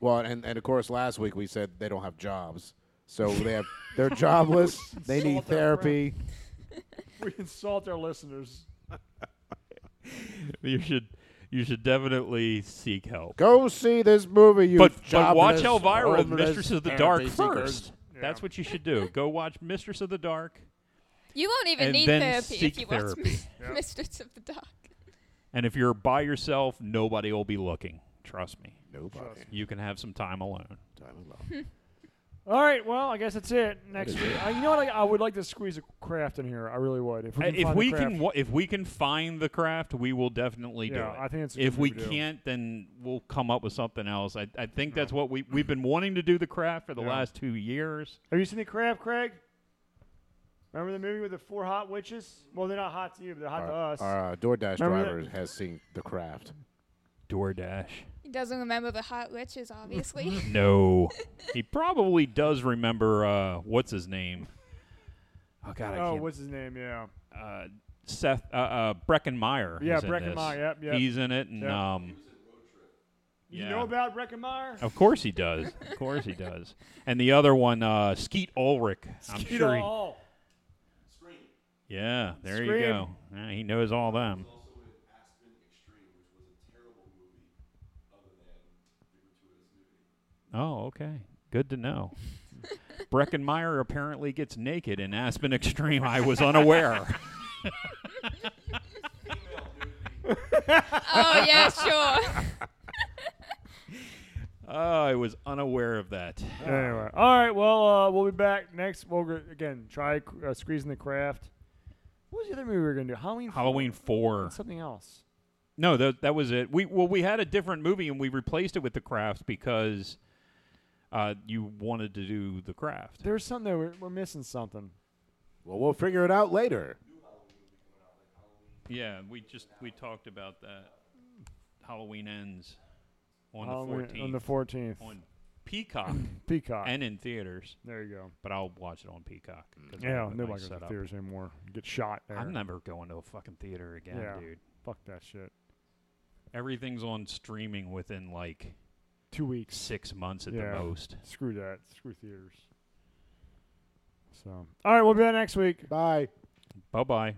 C: well, and and of course, last week we said they don't have jobs, so they have they're jobless. they need
A: Solve that
C: therapy.
A: we insult our listeners.
B: You should you should definitely seek help.
C: Go see this movie, you
B: But, but
C: jobless,
B: watch Elvira,
C: homeless
B: Mistress of the
C: therapy
B: Dark
C: seekers.
B: first. That's
A: Yeah.
B: what you should do. Go watch Mistress of the Dark.
D: You won't even
B: And
D: need
B: then
D: therapy
B: seek
D: if you
B: therapy.
D: watch Mis- Mistress of the Dark.
B: And if you're by yourself, nobody will be looking. Trust me.
C: Nobody.
B: You can have some time alone.
C: Time
D: Hmm.
C: alone.
A: All right, well, I guess that's it. Next
C: is
A: week. I, you know what? I, I would like to squeeze a craft in here. I really would. If we
B: Uh,
A: can.
B: If
A: find
B: we
A: a craft.
B: can, wa- if we can find the craft, we will definitely do
A: Yeah,
B: it.
A: I think it's a
B: if
A: good
B: we
A: thing to do.
B: can't, then we'll come up with something else. I, I think that's what we we've been wanting to do the craft for the
A: Yeah.
B: last two years.
A: Have you seen the crab, Craig? Remember the movie with the four hot witches? Well, they're not hot to you, but they're hot
C: Our,
A: to us.
C: our uh, DoorDash
A: Remember that-
C: driver has seen The Craft.
B: DoorDash.
D: He doesn't remember the hot witches, obviously.
B: No. he probably does remember uh what's his name? Oh god, I
A: Oh,
B: can't.
A: what's his name? Yeah.
B: uh Seth uh, uh Breckenmeyer.
A: Yeah,
B: is in
A: Breckenmeyer,
B: this.
A: yep, yep.
B: He's in it and
A: Yep.
B: um
A: You
B: Yeah. Oh.
A: know about Reckenmeyer?
B: of course he does. Of course he does. And the other one uh Skeet Ulrich. I'm sure he,
A: all.
E: Scream.
B: Yeah, there
A: Scream.
B: you go. Yeah, he knows all
E: He
B: them.
E: was also in Aspen Extreme, which was a terrible movie other than the gratuitous nudity.
B: Oh, okay. Good to know. Breckenmeyer apparently gets naked in Aspen Extreme. I was unaware.
D: oh yeah, sure.
B: oh, I was unaware of that.
A: Anyway, all right. Well, uh, we'll be back next. We'll go- again try uh, squeezing the craft. What was the other movie we were gonna do? Halloween. four?
B: Halloween four.
A: Something else.
B: No, that that was it. We well, we had a different movie and we replaced it with the craft because uh, you wanted to do the craft.
A: There's something that we're, we're missing. Something.
C: Well, we'll figure it out later.
B: Yeah, we just we talked about that. Halloween ends on
A: Halloween-
B: the 14th
A: on the 14th.
B: on Peacock
A: Peacock.
B: and in theaters.
A: there you go.
B: But I'll watch it on Peacock. 'cause I
A: Yeah,
B: have a
A: nobody
B: nice
A: goes to
B: setup.
A: theaters anymore. Get shot there.
B: I'm never going to a fucking theater again,
A: Yeah.
B: dude.
A: Fuck that shit.
B: Everything's on streaming within like
A: Two weeks.
B: six months at
A: Yeah.
B: the most.
A: Screw that. Screw theaters. So, all right, we'll be back next week.
C: Bye.
B: Bye bye.